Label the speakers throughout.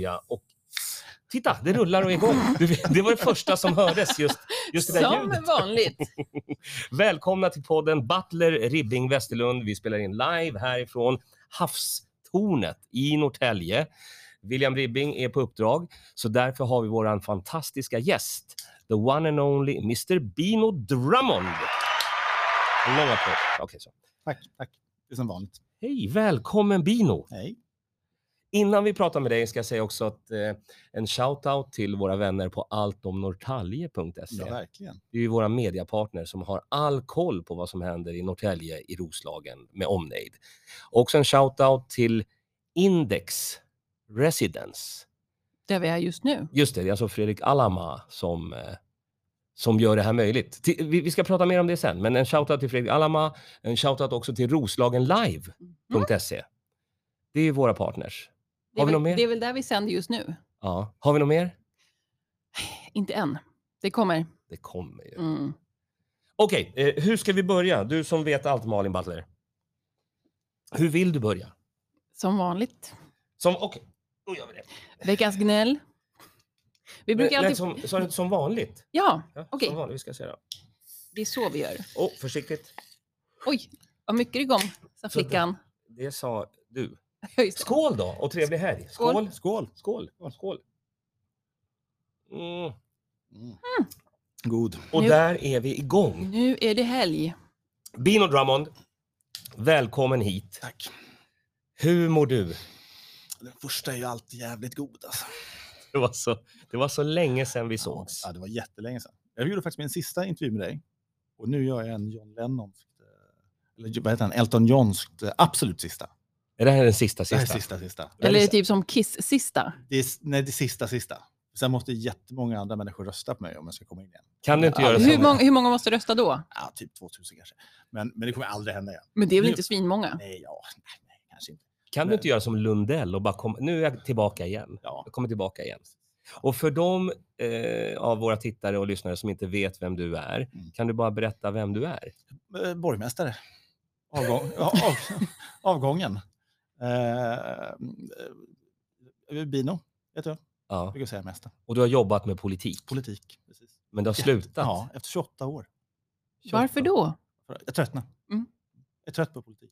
Speaker 1: Ja, och titta, det rullar och är igång. Du vet, Det var det första som hördes, just, just det där
Speaker 2: Som
Speaker 1: ljudet.
Speaker 2: vanligt.
Speaker 1: Välkomna till podden Butler Ribbing Västerlund. Vi spelar in live härifrån Havstornet i Norrtälje. William Ribbing är på uppdrag, så därför har vi vår fantastiska gäst, the one and only Mr Bino Drummond. En lång applåd. Okej, så.
Speaker 3: Tack, tack. Det är som vanligt.
Speaker 1: Hej, välkommen Bino!
Speaker 3: Hej.
Speaker 1: Innan vi pratar med dig ska jag säga också att eh, en shout-out till våra vänner på alltomnorrtalje.se.
Speaker 3: Ja, verkligen.
Speaker 1: Det är ju våra mediapartner som har all koll på vad som händer i Norrtälje, i Roslagen med omnejd. Också en shout-out till Index Residence.
Speaker 2: Där vi är just nu.
Speaker 1: Just det, det är alltså Fredrik Alama som, eh, som gör det här möjligt. Ti- Vi vi ska prata mer om det sen, men en shoutout till Fredrik Alama, en shoutout också till roslagenlive.se. Det är ju våra partners.
Speaker 2: Mm. Det
Speaker 1: Har
Speaker 2: är,
Speaker 1: vi
Speaker 2: väl,
Speaker 1: något mer?
Speaker 2: det är väl där vi sänder just nu.
Speaker 1: Ja. Har vi något mer?
Speaker 2: Inte än. Det kommer.
Speaker 1: Det kommer ju.
Speaker 2: Mm.
Speaker 1: Okej, eh, hur ska vi börja? Du som vet allt, Malin Butler. Hur vill du börja?
Speaker 2: Som vanligt.
Speaker 1: Som, okej, då gör vi det. Eh,
Speaker 2: Veckans gnäll. Vi brukar
Speaker 1: Nej,
Speaker 2: alltid...
Speaker 1: som, sa du inte som vanligt?
Speaker 2: Ja,
Speaker 1: Ja,
Speaker 2: Okej.
Speaker 1: Som vanligt, vi ska se då.
Speaker 2: det är så vi gör.
Speaker 1: Oh, försiktigt.
Speaker 2: Oj, vad mycket det kom, sa flickan.
Speaker 1: Det sa du.
Speaker 2: Ja, just det.
Speaker 1: Skål då och trevlig helg.
Speaker 2: Skål.
Speaker 1: Skål.
Speaker 3: Skål.
Speaker 1: Skål. Skål. Mm.
Speaker 3: God.
Speaker 1: Och
Speaker 2: Nu-
Speaker 1: där är vi igång.
Speaker 2: Nu är det helg.
Speaker 1: Bino Drummond, välkommen hit.
Speaker 3: Tack.
Speaker 1: Hur mår du?
Speaker 3: Den första är ju alltid jävligt god alltså.
Speaker 1: Det var så, det var så länge sedan vi sågs.
Speaker 3: Ja, det var jättelänge sedan. Jag gjorde faktiskt min sista intervju med dig. Och nu gör jag en John Lennon, eh, eller vad heter han, Elton Johns absolut sista.
Speaker 1: Är det här den sista
Speaker 3: Det här är
Speaker 1: sista?
Speaker 3: sista, sista.
Speaker 1: Ja,
Speaker 2: Eller är det
Speaker 1: just
Speaker 2: typ som Kiss-sista.
Speaker 3: Det är, nej, det är sista, sista. Sen måste jättemånga andra människor rösta på mig om jag ska komma in igen.
Speaker 1: Kan du inte göra
Speaker 2: Hur
Speaker 1: så?
Speaker 2: många, hur många måste rösta då?
Speaker 3: Ja, typ 2000 kanske. Men, men det kommer aldrig hända igen.
Speaker 2: Men det är väl
Speaker 3: Nu-
Speaker 2: inte svinmånga?
Speaker 3: Nej, ja, nej, nej, kanske inte.
Speaker 1: Kan du inte göra som Lundell och bara komma, nu är jag tillbaka igen.
Speaker 3: Ja.
Speaker 1: Jag kommer tillbaka igen. Och för de eh, av våra tittare och lyssnare som inte vet vem du är,
Speaker 3: Mm.
Speaker 1: kan du bara berätta vem du är?
Speaker 3: eh, borgmästare. Avgång, av, av- avgången. Eh, Eh, Bino, vet du?
Speaker 1: Ja.
Speaker 3: Jag brukar säga mesta.
Speaker 1: Och du har jobbat med politik,
Speaker 3: Politik. Precis.
Speaker 1: men du har slutat.
Speaker 3: Ja, efter 28 år.
Speaker 2: Varför då?
Speaker 3: Jag tröttnar.
Speaker 2: Mm.
Speaker 3: Jag är trött på politik.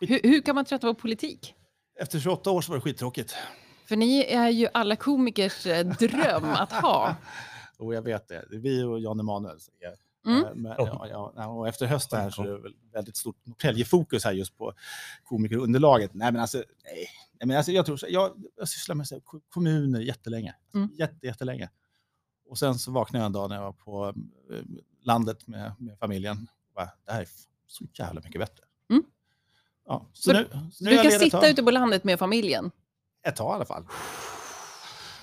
Speaker 2: Hur, hur kan man trötta på politik?
Speaker 3: Efter 28 år så var det skittråkigt.
Speaker 2: För ni är ju alla komikers eh, dröm att ha.
Speaker 3: Och jag vet det. Det är vi och Jan Emanuel. som är-
Speaker 2: Mm.
Speaker 3: Eh, Men, ja, ja, ja, och efter hösten här så är det väl väldigt stort Norrtäljefokus här just på komikerunderlaget. Nej, men alltså, nej. Nej, men alltså jag, tror, så- jag, jag sysslar med så här, ko- kommuner jättelänge. Alltså,
Speaker 2: Mm.
Speaker 3: Jätte, jättelänge. Och sen så vaknade jag en dag när jag var på eh, landet med, med familjen. Och bara, det här är f- så jävla mycket bättre.
Speaker 2: Mm.
Speaker 3: Ja, så
Speaker 2: Så
Speaker 3: nu, så nu är
Speaker 2: Du
Speaker 3: jag
Speaker 2: kan
Speaker 3: ledig ett
Speaker 2: sitta
Speaker 3: tag.
Speaker 2: ute på landet med familjen.
Speaker 3: Ett tag i alla fall.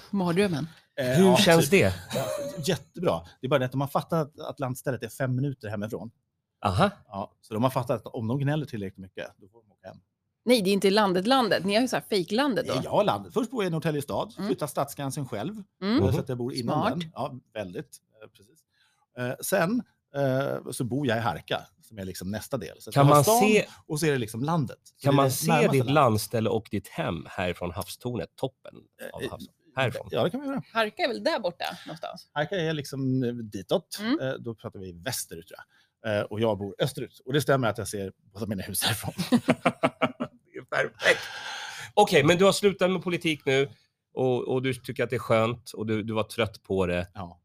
Speaker 2: Mardrömmen.
Speaker 3: Eh,
Speaker 1: Hur
Speaker 3: ja,
Speaker 1: känns
Speaker 3: typ.
Speaker 1: det?
Speaker 3: Jättebra. Det är bara det att de har fattat att, att landstället är fem minuter hemifrån.
Speaker 1: Aha.
Speaker 3: Ja, så de har fattat att om de gnäller tillräckligt mycket, då får de åka hem.
Speaker 2: Nej, det är inte landet, landet. Ni har ju så här fejklandet
Speaker 3: Nej,
Speaker 2: då.
Speaker 3: jag har landet. Först bor jag i Norrtälje stad,
Speaker 2: Mm.
Speaker 3: flyttar stadsgränsen själv, eh,
Speaker 2: Mm.
Speaker 3: så att jag bor inom
Speaker 2: Smart.
Speaker 3: den. Ja, väldigt. Eh, Precis. Eh, sen eh, så bor jag i Harka, som är liksom nästa del. Så att
Speaker 1: Kan
Speaker 3: jag har
Speaker 1: man
Speaker 3: stan
Speaker 1: se,
Speaker 3: Och så är det liksom landet. Så det
Speaker 1: kan
Speaker 3: är
Speaker 1: man
Speaker 3: det
Speaker 1: se
Speaker 3: närmaste
Speaker 1: ditt
Speaker 3: landet.
Speaker 1: landställe och ditt hem härifrån havstornet, toppen av
Speaker 3: Eh,
Speaker 1: havs, härifrån?
Speaker 3: Ja, det kan vi göra.
Speaker 2: Harka är väl där borta någonstans?
Speaker 3: Harka är liksom eh, ditåt.
Speaker 2: Mm.
Speaker 3: Eh, Då pratar vi västerut, tror jag. Eh, Och jag bor österut. Och det stämmer att jag ser båda mina hus härifrån.
Speaker 1: Det är perfekt. Okej, men du har slutat med politik nu och, och du tycker att det är skönt och du, du var trött på det.
Speaker 3: Ja.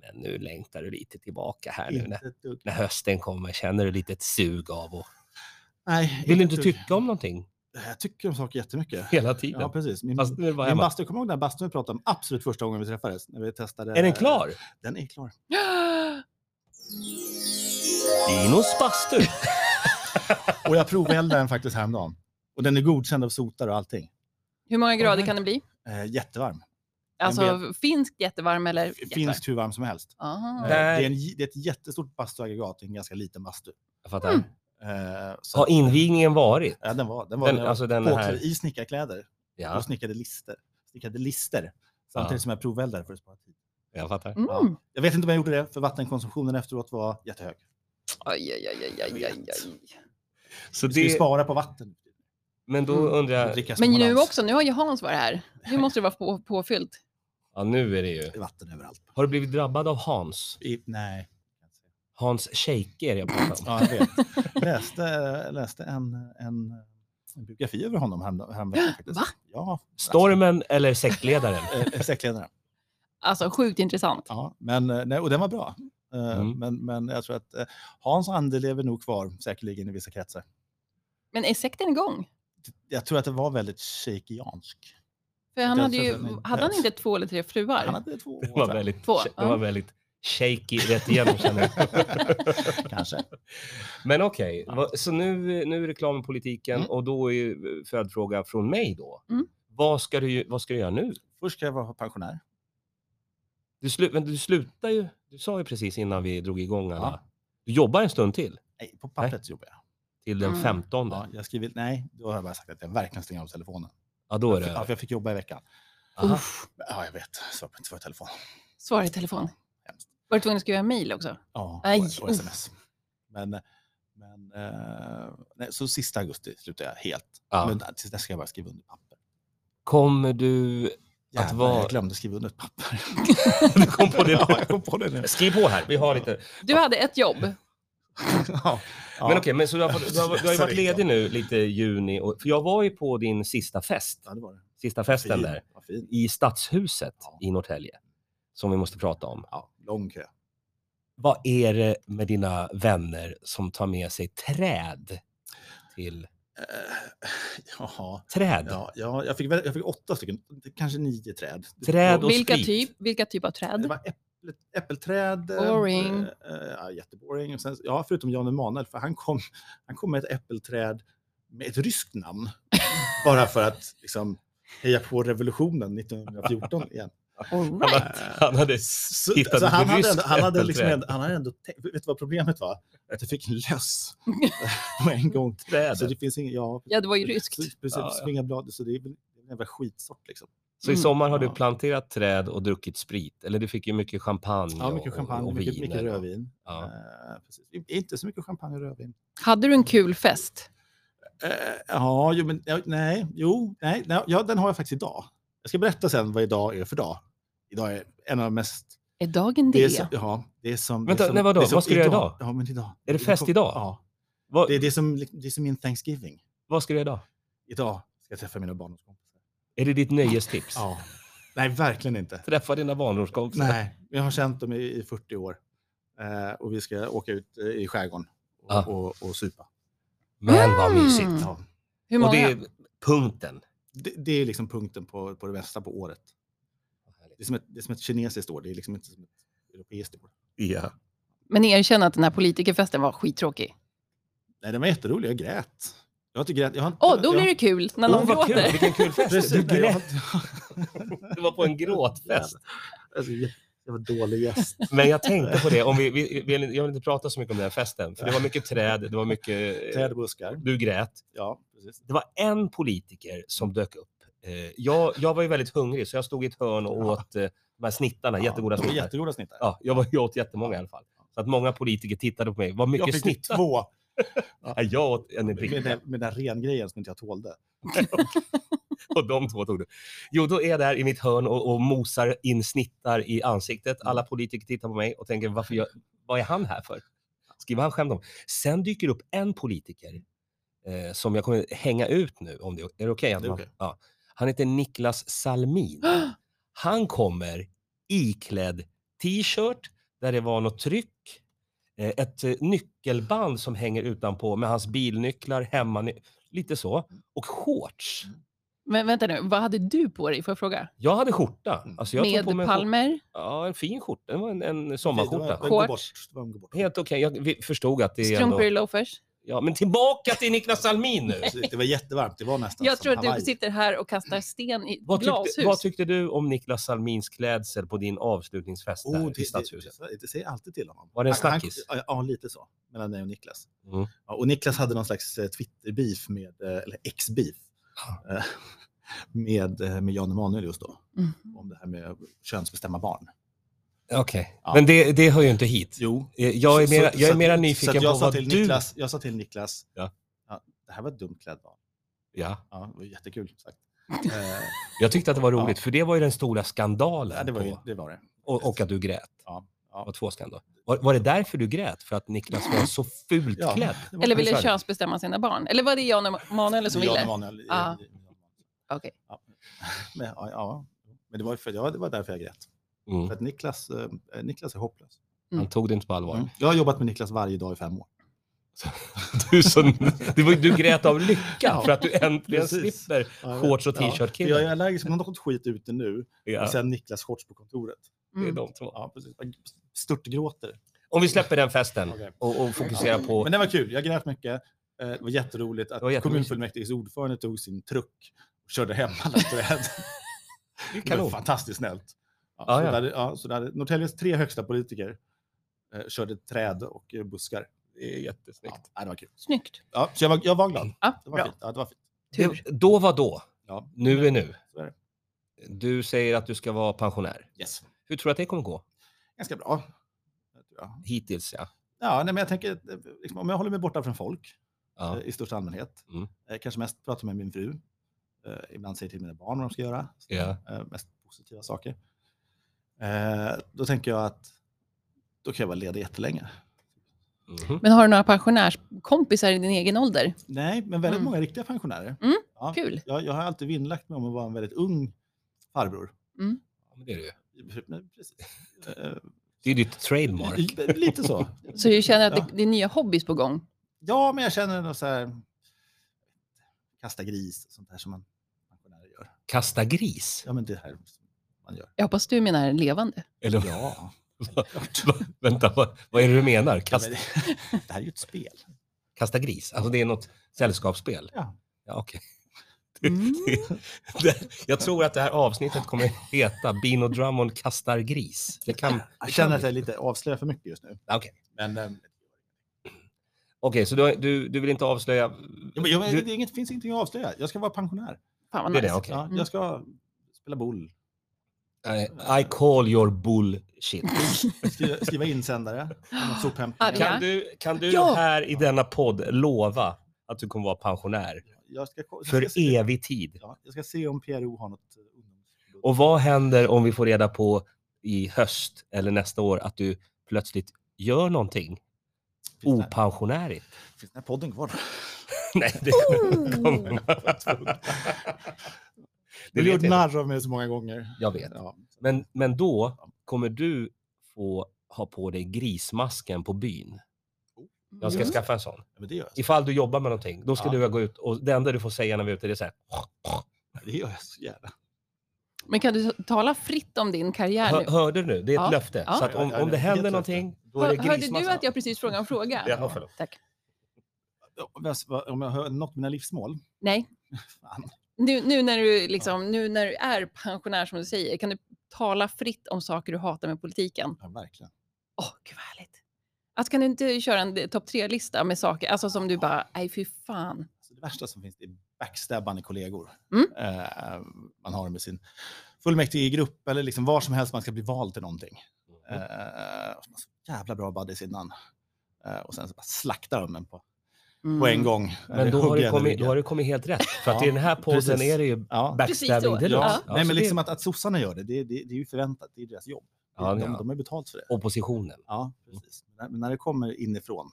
Speaker 1: Men nu längtar du lite tillbaka här nu när,
Speaker 3: Inte ett dugg.
Speaker 1: när hösten kommer. Känner du lite ett sug av och
Speaker 3: Nej,
Speaker 1: Vill du
Speaker 3: ett
Speaker 1: inte
Speaker 3: dugg.
Speaker 1: tycka om någonting
Speaker 3: Jag tycker om saker jättemycket.
Speaker 1: hela tiden?
Speaker 3: Ja, precis. Min,
Speaker 1: Fast nu var
Speaker 3: min
Speaker 1: hemma.
Speaker 3: bastu, kommer du ihåg den här bastun vi pratade om absolut första gången vi träffades? När vi testade,
Speaker 1: Är den klar?
Speaker 3: Den är klar.
Speaker 1: Dinos bastu.
Speaker 3: Och jag proveldade den faktiskt häromdagen. Och den är godkänd av sotare och allting.
Speaker 2: Hur många grader kan det bli?
Speaker 3: Eh, jättevarm.
Speaker 2: Alltså finskt jättevarm eller?
Speaker 3: F-
Speaker 2: jättevarm?
Speaker 3: Finns hur varm som helst.
Speaker 2: Aha.
Speaker 3: Eh, det,
Speaker 1: Nej.
Speaker 3: är en, j- det är ett jättestort bastuaggregat i en ganska liten bastu.
Speaker 1: Jag fattar.
Speaker 2: Mm.
Speaker 3: Eh, så,
Speaker 1: Har invigningen varit?
Speaker 3: ja, den var, den var
Speaker 1: Den,
Speaker 3: den,
Speaker 1: alltså den
Speaker 3: påklädd
Speaker 1: här.
Speaker 3: i snickarkläder
Speaker 1: Ja,
Speaker 3: och snickade lister. Snickade lister. Samtidigt
Speaker 1: Ja.
Speaker 3: som jag proveldade för att spara tid.
Speaker 1: jag fattar.
Speaker 2: Mm.
Speaker 3: Jag vet inte om jag gjorde det, för vattenkonsumtionen efteråt var jättehög.
Speaker 2: Aj, aj, aj, aj, aj, aj, aj.
Speaker 1: Så
Speaker 3: Vi ska ju
Speaker 1: det,
Speaker 3: spara på vatten.
Speaker 1: Men då
Speaker 2: Mm.
Speaker 1: undrar
Speaker 3: Och
Speaker 1: jag,
Speaker 3: dricka
Speaker 2: Men nu
Speaker 3: stimulans.
Speaker 2: också, nu har ju Hans varit här. Nu måste det vara på, påfyllt.
Speaker 1: ja nu är det ju.
Speaker 3: Det är Vatten överallt.
Speaker 1: Har du blivit drabbad av Hans?
Speaker 3: I, nej.
Speaker 1: Hans shaker jag pratar om.
Speaker 3: Ja, jag vet. läste, läste en, en, en biografi över honom härom- häromveckan. faktiskt.
Speaker 2: Va?
Speaker 3: Ja.
Speaker 1: Stormen eller sektledaren?
Speaker 3: Alltså, eh, sektledaren.
Speaker 2: Alltså sjukt intressant.
Speaker 3: Ja, men, eh, nej, och den var bra. Eh,
Speaker 1: Mm.
Speaker 3: Men, men jag tror att eh, Hans ande lever nog kvar, säkerligen i vissa kretsar.
Speaker 2: Men är sekten igång?
Speaker 3: Jag tror att det var väldigt shakiansk.
Speaker 2: För han
Speaker 3: Jag
Speaker 2: hade
Speaker 3: tror
Speaker 2: ju,
Speaker 3: att den är-
Speaker 2: hade han inte två eller tre fruar?
Speaker 3: Han hade två
Speaker 1: Det
Speaker 3: år,
Speaker 1: var väldigt,
Speaker 2: Två,
Speaker 1: det var
Speaker 2: ja.
Speaker 1: väldigt shaky rätt igenom känner jag.
Speaker 3: kanske.
Speaker 1: Men okej,
Speaker 3: Ja.
Speaker 1: va- så nu, nu är det klar med politiken
Speaker 3: Mm.
Speaker 1: och då är ju följdfråga från mig då.
Speaker 2: Mm.
Speaker 1: Vad, ska du, ju- vad ska du göra nu?
Speaker 3: Först ska jag vara pensionär.
Speaker 1: Du, slu, men du slutar ju, du sa ju precis innan vi drog igång alla. Du jobbar en stund till,
Speaker 3: Nej, på pappret jobbar jag.
Speaker 1: till den
Speaker 2: Mm.
Speaker 1: 15. Ja.
Speaker 3: Ja, jag skriver, nej, då har jag bara sagt att jag verkligen stänger av telefonen.
Speaker 1: då är det
Speaker 3: Ja,
Speaker 1: över.
Speaker 3: för jag fick jobba i veckan.
Speaker 1: Aha.
Speaker 2: Uff,
Speaker 3: Ja, jag vet. Svar på två telefon.
Speaker 2: svara i telefon.
Speaker 3: Hemskt.
Speaker 2: Var du tvungen att skriva en mejl också?
Speaker 3: Ja,
Speaker 2: Aj,
Speaker 3: och, och
Speaker 2: uff.
Speaker 3: sms. Men, men eh, nej, så sista augusti slutar jag helt.
Speaker 1: Ja.
Speaker 3: Men tills dess ska jag bara skriva under papper.
Speaker 1: Kommer du...
Speaker 3: Jävlar,
Speaker 1: vara-
Speaker 3: Jag glömde skriva under ett papper.
Speaker 1: du kom på det
Speaker 3: ja,
Speaker 1: nu.
Speaker 3: jag kom på det nu.
Speaker 1: Skriv på här, vi har lite.
Speaker 2: Du hade ett jobb.
Speaker 3: ja, ja.
Speaker 1: Men okej, men så du har, fått- du har, du har ju
Speaker 3: Läsa
Speaker 1: varit
Speaker 3: det, ja.
Speaker 1: ledig nu lite i juni. Och, för jag var ju på din sista fest,
Speaker 3: Ja, det var det.
Speaker 1: sista festen
Speaker 3: Fin.
Speaker 1: där,
Speaker 3: Vad fin.
Speaker 1: i Stadshuset
Speaker 3: Ja.
Speaker 1: i Norrtälje. Som vi måste prata om.
Speaker 3: Ja, lång kö.
Speaker 1: Vad är det med dina vänner som tar med sig träd till
Speaker 3: Eh, jaha.
Speaker 1: träd?
Speaker 3: Ja, ja, jag, fick, väl- jag fick åtta stycken, kanske nio träd.
Speaker 1: Träd och
Speaker 2: Vilka
Speaker 1: sprit.
Speaker 2: typ, vilka typ av
Speaker 3: Det
Speaker 2: träd?
Speaker 3: var äpplet, äppelträd. eh,
Speaker 2: Boring.
Speaker 3: eh, ja, jätteboring. Och sen, ja, förutom Jan Emanuel, för han kom, han kom med ett äppelträd med ett ryskt namn. bara för att liksom, heja på revolutionen 1914 igen.
Speaker 2: All
Speaker 1: Han,
Speaker 2: right.
Speaker 1: hade- han hade s-
Speaker 3: Eh, Så,
Speaker 1: hittat
Speaker 3: alltså, han,
Speaker 1: på
Speaker 3: hade
Speaker 1: ryskt
Speaker 3: ändå, han, hade liksom,
Speaker 1: äppelträd.
Speaker 3: ändå- han hade ändå tänkt- vet du vad problemet var? Att jag fick en löss på en gång.
Speaker 1: Trädet.
Speaker 3: Så det finns ingen, ja,
Speaker 2: Ja, det var ju ryskt.
Speaker 3: Precis, precis,
Speaker 1: Ja,
Speaker 3: ja,
Speaker 1: ja.
Speaker 3: blad, så det är väl en jävla skitsort liksom.
Speaker 1: Så i sommar har du
Speaker 3: Ja.
Speaker 1: planterat träd och druckit sprit. Eller du fick ju mycket champagne,
Speaker 3: Ja, mycket champagne,
Speaker 1: och, och
Speaker 3: mycket,
Speaker 1: viner.
Speaker 3: mycket rödvin.
Speaker 1: Ja.
Speaker 3: Eh, precis. I- Inte så mycket champagne och rödvin.
Speaker 2: Hade du en kul fest?
Speaker 3: Eh, ja, jo, men ja, nej, jo, nej, nej, ja, den har jag faktiskt idag. Jag ska berätta sen vad idag är för dag. Idag är en av de mest...
Speaker 2: Är dagen
Speaker 3: Det är,
Speaker 2: det?
Speaker 3: som, ja, det är som...
Speaker 1: Vänta,
Speaker 3: det är som,
Speaker 1: nej, vadå?
Speaker 3: det är som
Speaker 1: Vad ska du göra idag?
Speaker 3: Ja, men idag.
Speaker 1: Är det fest idag?
Speaker 3: Ja,
Speaker 1: Vad,
Speaker 3: det är, det är, som, det är som min Thanksgiving.
Speaker 1: vad ska du göra idag?
Speaker 3: Idag ska jag träffa mina barndomskompisar.
Speaker 1: Är det ditt nöjestips?
Speaker 3: Ja. Nej, verkligen inte.
Speaker 1: Träffa dina barndomskompisar?
Speaker 3: Nej, jag har känt dem i, i 40 år. Eh, och vi ska åka ut eh, i skärgården och,
Speaker 1: Ja.
Speaker 3: och, och supa.
Speaker 1: Men vad
Speaker 2: Mm.
Speaker 1: mysigt.
Speaker 3: Ja.
Speaker 2: Hur
Speaker 1: Och det
Speaker 2: många?
Speaker 1: är punkten.
Speaker 3: Det, det är liksom punkten på, på det mesta på året. Det är, som ett, det är som ett kinesiskt år, det är liksom inte som ett europeiskt år.
Speaker 1: Ja.
Speaker 2: Men erkänn att den här politikerfesten var skittråkig.
Speaker 3: Nej, den var jätterolig, jag grät. Jag har inte grät. Jag har,
Speaker 2: Åh, då
Speaker 3: jag-
Speaker 2: blir det kul när
Speaker 1: Åh,
Speaker 2: någon
Speaker 1: vad kul!
Speaker 2: gråter.
Speaker 1: Vilken kul fest!
Speaker 3: Precis,
Speaker 1: Du
Speaker 3: nej, jag har
Speaker 1: grät.
Speaker 3: inte-
Speaker 1: Du var på en gråtfest.
Speaker 3: Alltså, jag, jag var dålig gäst.
Speaker 1: Men jag tänkte på det, om vi, vi, vi, jag vill inte prata så mycket om den här festen. För det var mycket träd, det var mycket... eh,
Speaker 3: Träd och buskar.
Speaker 1: Du grät.
Speaker 3: Ja, precis.
Speaker 1: Det var en politiker som dök upp. Eh, Jag, jag var ju väldigt hungrig så jag stod i ett hörn och
Speaker 3: Ja.
Speaker 1: åt eh, de här snittarna, jättegoda
Speaker 3: Ja, det var
Speaker 1: snittar.
Speaker 3: jättegoda snittar.
Speaker 1: Ja, jag, var, jag åt jättemånga i alla fall. Så att många politiker tittade på mig. Vad
Speaker 3: jag
Speaker 1: mycket
Speaker 3: fick
Speaker 1: snittar.
Speaker 3: två
Speaker 1: Nej, jag åt en
Speaker 3: med,
Speaker 1: prick
Speaker 3: den- med den rengrejen som inte jag tålde.
Speaker 1: och de två tog du. Jo, då är jag där i mitt hörn och, och mosar in snittar i ansiktet.
Speaker 3: Mm.
Speaker 1: Alla politiker tittar på mig och tänker, varför jag, vad är han här för? Skriver han skämt om? Sen dyker upp en politiker eh, som jag kommer hänga ut nu, om det är okej? att
Speaker 3: Det är
Speaker 1: man-
Speaker 3: okej.
Speaker 1: ja. Han heter Niklas Salmin. Han kommer iklädd t-shirt där det var något tryck, eh, ett eh, nyckelband som hänger utanpå med hans bilnycklar, hemma, lite så, och shorts.
Speaker 2: Men vänta nu, vad hade du på dig? Får jag fråga?
Speaker 1: Jag hade skjorta.
Speaker 3: Mm.
Speaker 1: Alltså jag tog
Speaker 2: Med
Speaker 1: på mig en skjorta.
Speaker 2: palmer?
Speaker 1: Ja, en fin skjorta. Det var en, en
Speaker 3: Det var-
Speaker 1: sommarskjorta.
Speaker 3: det var
Speaker 2: Shorts.
Speaker 3: bort, det var en gå bort.
Speaker 1: Helt okej. Jag vi- förstod att det är
Speaker 2: Strumpor i
Speaker 1: ändå... Alltså,
Speaker 2: loafers?
Speaker 1: Ja, men tillbaka till Niklas Almin nu!
Speaker 3: Precis, Det var jättevarmt, det var nästan
Speaker 2: Jag
Speaker 3: som
Speaker 2: tror att du
Speaker 3: Hawaii.
Speaker 2: sitter här och kastar sten i
Speaker 1: Vad tyckte,
Speaker 2: glashus.
Speaker 1: vad tyckte du om Niklas Salmins klädsel på din avslutningsfest
Speaker 3: Oh,
Speaker 1: där
Speaker 3: det,
Speaker 1: i
Speaker 3: det,
Speaker 1: Stadshuset?
Speaker 3: det, det säger jag alltid till honom.
Speaker 1: Var det en
Speaker 3: Han- han-
Speaker 1: snackis?
Speaker 3: Ja, ja, lite så. Mellan mig och Niklas.
Speaker 1: Mm.
Speaker 3: Ja, och Niklas hade någon slags eh, Twitter-beef, med, eh, eller ex-beef,
Speaker 2: Ah.
Speaker 3: eh, med, eh, med Jan Emanuel just då.
Speaker 2: Mm.
Speaker 3: Om det här med att könsbestämma barn.
Speaker 1: Okej,
Speaker 3: Ja.
Speaker 1: men det, det hör ju inte hit.
Speaker 3: Jo.
Speaker 1: Eh, Jag är
Speaker 3: Så-
Speaker 1: mera,
Speaker 3: så-
Speaker 1: jag
Speaker 3: så
Speaker 1: är
Speaker 3: att-
Speaker 1: mera
Speaker 3: så att
Speaker 1: nyfiken
Speaker 3: jag
Speaker 1: på
Speaker 3: sa
Speaker 1: vad
Speaker 3: till
Speaker 1: du...
Speaker 3: Niklas, Jag sa till Niklas,
Speaker 1: Ja.
Speaker 3: ja. det här var ett dumt klädd barn.
Speaker 1: Ja.
Speaker 3: Ja, det var jättekul. Sagt. Eh,
Speaker 1: Jag tyckte att det var roligt, för det var ju den stora skandalen.
Speaker 3: ja, det, var ju,
Speaker 1: på,
Speaker 3: det var det.
Speaker 1: och, och att du grät.
Speaker 3: Ja,
Speaker 1: Det var
Speaker 3: ja.
Speaker 1: två skandaler. Var, var det därför du grät? För att Niklas var så fult
Speaker 3: Ja,
Speaker 1: klädd?
Speaker 3: det var
Speaker 2: Eller ville
Speaker 1: Ungefär.
Speaker 2: könsbestämma sina barn? Eller var det Jan Emanuel som
Speaker 3: Jan
Speaker 2: ville?
Speaker 3: Emanuel, eh,
Speaker 2: Ja.
Speaker 3: Jan Emanuel.
Speaker 2: Okej.
Speaker 3: Ja. Men, ja, ja. Men det var, ju för, ja, det var därför jag grät.
Speaker 1: Mm.
Speaker 3: För att Niklas, eh, Niklas är hopplös.
Speaker 1: Han tog det inte på allvar.
Speaker 3: Mm. Jag har jobbat med Niklas varje dag i fem år.
Speaker 1: Du, så, det var, du grät av lycka för att du äntligen
Speaker 3: Precis.
Speaker 1: slipper
Speaker 3: Ja,
Speaker 1: shorts och
Speaker 3: ja.
Speaker 1: t-shirt-killen.
Speaker 3: Jag är allergisk mot något skit ute nu
Speaker 1: Ja,
Speaker 3: och sen Niklas shorts på kontoret.
Speaker 1: det är
Speaker 2: Mm.
Speaker 1: de två.
Speaker 3: Ja, precis. Jag Störtgråter.
Speaker 1: Om vi släpper den festen
Speaker 3: Okej.
Speaker 1: och, och fokuserar Mm. på...
Speaker 3: Men det var kul. Jag grät mycket. Eh, Det var jätteroligt att
Speaker 1: Det var jätteroligt.
Speaker 3: kommunfullmäktiges ordförande tog sin truck och körde hem alla träd. Det var
Speaker 1: Kanon.
Speaker 3: fantastiskt snällt. Ja,
Speaker 1: Ja,
Speaker 3: så
Speaker 1: ja.
Speaker 3: Där, ja, så där, Norrtäljes tre högsta politiker eh, körde träd och eh, buskar.
Speaker 1: Det är jättesnyggt.
Speaker 3: Ja, nej, det var kul.
Speaker 2: Snyggt.
Speaker 3: Ja, så jag var, jag var glad.
Speaker 2: Ja,
Speaker 3: Det var
Speaker 2: bra.
Speaker 3: fint. Ja, det var fint.
Speaker 2: Tur.
Speaker 1: Det, då var då.
Speaker 3: Ja.
Speaker 1: Nu är nu.
Speaker 3: Så är det.
Speaker 1: Du säger att du ska vara pensionär.
Speaker 3: Yes.
Speaker 1: Hur tror du att det kommer gå?
Speaker 3: Ganska bra. Jag tror jag.
Speaker 1: Hittills, ja.
Speaker 3: Ja, nej, men jag tänker, eh, liksom, om jag håller mig borta från folk
Speaker 1: ja.
Speaker 3: eh, i största allmänhet,
Speaker 1: Mm.
Speaker 3: eh, kanske mest pratar med min fru, eh, ibland säger till mina barn vad de ska göra,
Speaker 1: ja.
Speaker 3: eh, mest positiva saker. Eh, då tänker jag att då kan jag vara ledig jättelänge.
Speaker 1: Mhm.
Speaker 2: Men har du några pensionärskompisar i din egen ålder?
Speaker 3: Nej, men väldigt
Speaker 2: Mm.
Speaker 3: många riktiga pensionärer.
Speaker 2: Mm,
Speaker 3: Ja,
Speaker 2: Kul.
Speaker 3: jag, jag har alltid vinnlagt mig om att vara en väldigt ung farbror.
Speaker 1: Ja, men Det är det ju.
Speaker 3: Men Precis. Eh,
Speaker 1: Det är ditt trademark.
Speaker 3: li- Eh, Lite så.
Speaker 2: Så du känner att
Speaker 3: ja.
Speaker 2: det, det är nya hobbys på gång?
Speaker 3: Ja, men jag känner ändå så här. Kasta gris, sånt här som man pensionärer gör.
Speaker 1: Kasta gris.
Speaker 3: Ja, men det här som man gör.
Speaker 2: Jag hoppas du menar levande.
Speaker 1: Eller
Speaker 3: Ja,
Speaker 1: vänta, vad, vad är det du menar? Kasta,
Speaker 3: det, det här är ju ett spel.
Speaker 1: kasta gris? Alltså det är något sällskapsspel?
Speaker 3: Ja.
Speaker 1: Ja, okej.
Speaker 2: Mm.
Speaker 1: Det- Jag tror att det här avsnittet kommer heta Bino Drummond kastar gris. Det kan... Okej,
Speaker 3: Jag känner att jag lite avslöjar för mycket just nu.
Speaker 1: Okej.
Speaker 3: Men, eh,
Speaker 1: så du, du, du vill inte avslöja...
Speaker 3: ja, men, jag, men,
Speaker 1: Du-
Speaker 3: det är inget, finns ingenting att avslöja. Jag ska vara pensionär.
Speaker 2: Fan vad
Speaker 1: Det är
Speaker 2: nice.
Speaker 1: det, okej.
Speaker 3: Ja, jag ska spela boll,
Speaker 1: Nej, I call your bullshit.
Speaker 3: skriva, skriva insändare om sophämtningen.
Speaker 2: Ja.
Speaker 1: Kan du, kan du
Speaker 2: Ja.
Speaker 1: här i denna podd lova att du kommer vara pensionär
Speaker 3: Jag ska, ko- jag ska
Speaker 1: för
Speaker 3: se,
Speaker 1: evig tid?
Speaker 3: ja, jag ska se om PRO har något eh, ungdomsförbund.
Speaker 1: Och vad händer om vi får reda på i höst eller nästa år att du plötsligt gör någonting
Speaker 3: finns, den här,
Speaker 1: opensionärigt?
Speaker 3: finns den här podden kvar?
Speaker 1: Nej, det
Speaker 2: Oh.
Speaker 1: kommer man vara tvungen. Det
Speaker 3: Du
Speaker 1: vet
Speaker 3: har gjort
Speaker 1: jag, inte.
Speaker 3: narr av mig så många gånger.
Speaker 1: jag vet.
Speaker 3: Ja.
Speaker 1: Men, men då kommer du få ha på dig grismasken på byn. Jag ska
Speaker 2: Mm.
Speaker 1: skaffa en sån.
Speaker 3: Ja, Men det gör jag.
Speaker 1: Ifall du jobbar med någonting, då ska
Speaker 3: Ja.
Speaker 1: du gå ut och det enda du får säga när vi är ute det är så här.
Speaker 3: Det gör jag så gärna.
Speaker 2: Men kan du tala fritt om din karriär nu?
Speaker 1: Hör, hörde du nu? Det är ett
Speaker 2: Ja.
Speaker 1: löfte.
Speaker 2: Ja.
Speaker 1: Så att om,
Speaker 3: Ja, ja,
Speaker 1: om det
Speaker 3: ja,
Speaker 1: händer
Speaker 3: helt
Speaker 1: någonting, då är det
Speaker 2: Hör, hörde
Speaker 1: grismasken.
Speaker 2: du att jag precis frågade en fråga?
Speaker 1: Ja, förlåt.
Speaker 2: Tack.
Speaker 3: Ja, Om jag, svar- om jag hör något av mina livsmål?
Speaker 2: Nej.
Speaker 3: Fan.
Speaker 2: Nu, nu, när du liksom, nu när du är pensionär som du säger, kan du tala fritt om saker du hatar med politiken?
Speaker 3: Ja, verkligen.
Speaker 2: Åh, gud vad härligt. Alltså, kan du inte köra en topp tre-lista med saker alltså, som du bara, nej fy fan.
Speaker 3: Alltså det värsta som finns det är backstabbande kollegor.
Speaker 2: Mm.
Speaker 3: Eh, man har dem i sin fullmäktigegrupp eller liksom var som helst man ska bli vald till någonting.
Speaker 1: Mm.
Speaker 3: Eh, och så man är så jävla bra buddies innan. Eh, och sen så bara slaktar de en på,
Speaker 2: Mm.
Speaker 3: på en gång.
Speaker 1: Men då har, du kommit, då har du kommit helt rätt. För att
Speaker 3: Ja,
Speaker 1: i den här podden
Speaker 3: precis.
Speaker 1: är det ju
Speaker 3: Ja.
Speaker 2: Precis
Speaker 1: backstabbing
Speaker 2: så.
Speaker 1: deluxe.
Speaker 3: Ja.
Speaker 2: Ja.
Speaker 1: så
Speaker 3: Nej, men
Speaker 1: det är
Speaker 3: liksom att, att sossarna gör det, det, det, det är ju förväntat. Det är deras jobb.
Speaker 1: Ja,
Speaker 3: de,
Speaker 1: det-
Speaker 3: de har betalt för det. Mm.
Speaker 1: oppositionen.
Speaker 3: Ja, precis. Men när- Men när det kommer inifrån,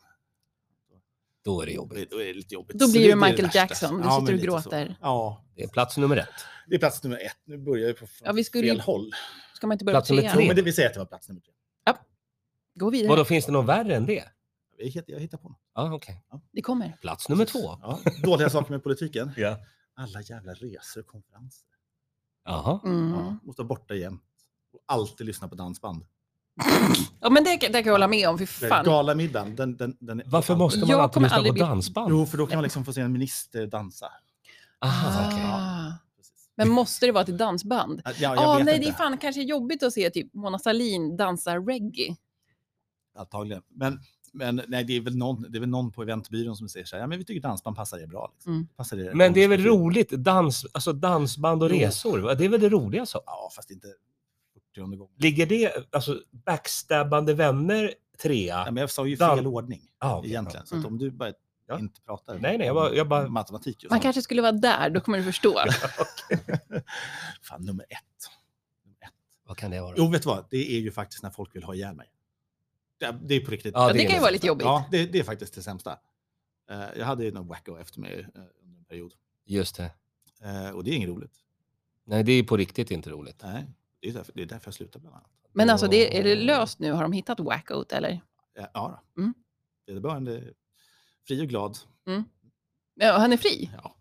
Speaker 1: Då är det jobbigt.
Speaker 3: Då är det lite jobbigt.
Speaker 2: Då
Speaker 3: Så
Speaker 2: blir
Speaker 3: det-
Speaker 2: du
Speaker 3: det är det
Speaker 2: Michael
Speaker 3: värsta.
Speaker 2: Jackson, du
Speaker 3: Ja,
Speaker 2: sitter
Speaker 3: men
Speaker 2: och
Speaker 3: lite så.
Speaker 2: gråter.
Speaker 3: Ja,
Speaker 1: Det är plats nummer ett.
Speaker 3: det är plats nummer ett. Nu börjar vi på
Speaker 2: Ja, vi skulle ju-
Speaker 3: fel håll.
Speaker 2: Ska man inte börja på
Speaker 1: Plats nummer
Speaker 2: trean?
Speaker 3: Jo,
Speaker 1: tre.
Speaker 3: men det vill säga att det var plats nummer tre.
Speaker 2: Gå vidare,
Speaker 1: Vadå, finns det någon värre än det?
Speaker 3: Jag hittar, jag hittar på något.
Speaker 1: Ja, okej.
Speaker 2: det kommer.
Speaker 1: Plats nummer två.
Speaker 3: Ja, dåliga saker med politiken.
Speaker 1: Ja.
Speaker 3: Alla jävla resor och konferenser.
Speaker 1: Jaha.
Speaker 2: Mm.
Speaker 3: Ja, måste vara borta jämt. Och alltid lyssna på dansband.
Speaker 2: Ja, men det, kan- det kan jag hålla med om, fy
Speaker 3: Fan.
Speaker 2: fan.
Speaker 3: Gala middagen, den, den, den är
Speaker 1: Varför måste man
Speaker 2: Jag
Speaker 1: alltid
Speaker 2: kommer
Speaker 1: lyssna på
Speaker 2: aldrig bli-
Speaker 1: dansband?
Speaker 3: Jo, för då kan man liksom få se en minister dansa.
Speaker 1: Aha, okej.
Speaker 2: Ah.
Speaker 3: Precis.
Speaker 2: Men måste det vara till dansband?
Speaker 3: Ja, jag
Speaker 2: Ja,
Speaker 3: vet
Speaker 2: nej,
Speaker 3: inte.
Speaker 2: det är fan kanske jobbigt att se typ Mona Sahlin dansa reggae.
Speaker 3: Antagligen. Men, men nej, det, är väl någon, det är väl någon på eventbyrån som säger så här, ja, men vi tycker dansband passar er bra. Liksom.
Speaker 2: Mm.
Speaker 3: Passar er
Speaker 1: Men det är väl
Speaker 3: konstnärligt."
Speaker 1: roligt? Dans, alltså dansband och
Speaker 3: Jo.
Speaker 1: resor, va? det är väl det roliga så.
Speaker 3: Ja, fast inte 40 gången.
Speaker 1: Ligger det, alltså backstabbande vänner trea?
Speaker 3: Nej, men jag sa ju
Speaker 1: Dan-
Speaker 3: fel ordning
Speaker 1: Ah, okej,
Speaker 3: egentligen. Så att
Speaker 2: Mm.
Speaker 3: om du bara
Speaker 1: Ja.
Speaker 3: inte pratar
Speaker 1: Nej, nej, jag bara- jag bara-
Speaker 3: matematik. just
Speaker 2: Man
Speaker 3: nu.
Speaker 2: kanske skulle vara där, då kommer du förstå.
Speaker 3: Fan, nummer ett.
Speaker 1: Vad kan det vara?
Speaker 3: Jo, vet du vad? Det är ju faktiskt när folk vill ha ihjäl mig. Det, det är på riktigt.
Speaker 1: Ja,
Speaker 2: Ja, det
Speaker 1: är
Speaker 2: kan ju
Speaker 1: det sämsta.
Speaker 2: vara lite jobbigt.
Speaker 3: Ja, det, det är faktiskt det sämsta. Eh, jag hade ju någon wacko efter mig eh, under en period.
Speaker 1: Just det.
Speaker 3: Eh, och det är inget roligt.
Speaker 1: Nej, det är på riktigt inte roligt.
Speaker 3: Nej, det är därför, det är därför jag slutar bland annat.
Speaker 2: Men alltså, det, är det löst nu? Har de hittat wackot eller?
Speaker 3: Eh, ja, då.
Speaker 2: Mm.
Speaker 3: det är bra. Det är fri och glad.
Speaker 2: Ja, han är fri?
Speaker 3: Ja,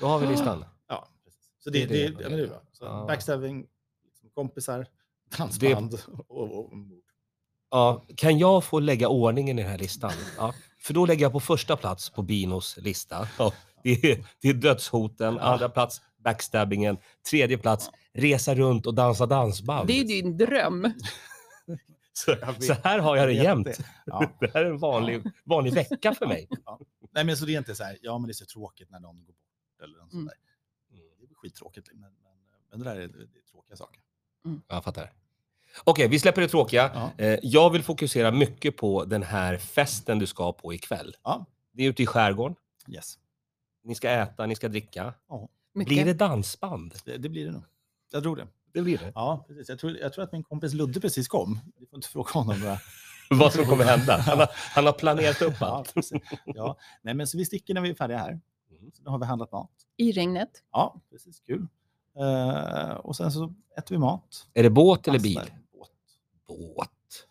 Speaker 1: Då har vi listan.
Speaker 3: ja precis. Så det, det, ja, men det är bra. Så
Speaker 1: Ja.
Speaker 3: Backstabbing, liksom kompisar, dansband och, och mord.
Speaker 1: Ja, kan jag få lägga ordningen i den här listan? Ja, för då lägger jag på första plats på Binos lista. Ja, det, är, det är dödshoten, andra plats backstabbingen, tredje plats resa runt och dansa dansband.
Speaker 2: Det är ju din dröm.
Speaker 1: Så,
Speaker 3: Jag vet-
Speaker 1: så här har jag det
Speaker 3: jag vet
Speaker 1: jämt.
Speaker 3: det. Ja.
Speaker 1: Det här är en vanlig, vanlig vecka för mig.
Speaker 3: Nej, men så det är inte så här, ja, men det är så tråkigt när någon går bort eller något
Speaker 2: Mm.
Speaker 3: sånt där. Det är skittråkigt, men, men, men det där är, det är tråkiga saker.
Speaker 1: Jag fattar. Okej, vi släpper det tråkiga.
Speaker 3: Ja.
Speaker 1: Eh, Jag vill fokusera mycket på den här festen du ska på ikväll.
Speaker 3: Ja.
Speaker 1: Det är ute i skärgården.
Speaker 3: Yes,
Speaker 1: Ni ska äta, ni ska dricka.
Speaker 2: Mycket.
Speaker 1: Blir det dansband?
Speaker 3: det, det blir det nog. Jag tror det.
Speaker 1: Det blir det.
Speaker 3: Ja, precis. Jag, tror, jag tror att min kompis Ludde precis kom. Vi får inte fråga honom. Några.
Speaker 1: Vad som kommer hända. Han har, han har planerat upp
Speaker 3: Ja,
Speaker 1: allt.
Speaker 3: precis. ja. Nej, men så vi sticker när vi är färdiga här.
Speaker 1: Mm.
Speaker 3: Så nu har vi handlat mat.
Speaker 2: I regnet?
Speaker 3: Ja, precis. Kul. Eh, och sen så äter vi mat.
Speaker 1: Är det båt eller
Speaker 3: Fastnar.
Speaker 1: bil? Båt.